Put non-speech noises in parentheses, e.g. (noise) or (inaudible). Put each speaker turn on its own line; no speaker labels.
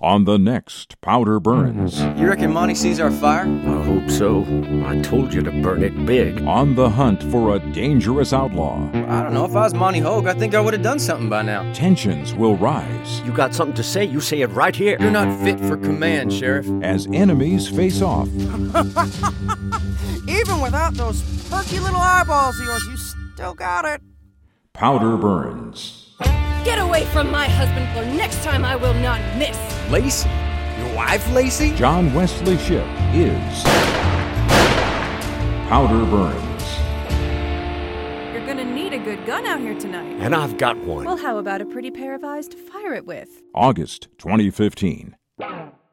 on the next Powder Burns,
You reckon Monty sees our fire?
I hope so. I told you to burn it big.
on the hunt for a dangerous outlaw,
I don't know. If I was Monty Hogue, I think I would have done something by now.
tensions will rise
You got something to say? You say it right here.
You're not fit for command, Sheriff.
as enemies face off
(laughs) Even without those perky little eyeballs of yours, you still got it.
Powder Burns.
Get away from my husband, or next time I will not miss.
Lacey? Your wife, Lacey?
John Wesley Ship is Powder Burns.
You're gonna need a good gun out here tonight.
And I've got one.
Well, how about a pretty pair of eyes to fire it with?
August 2015.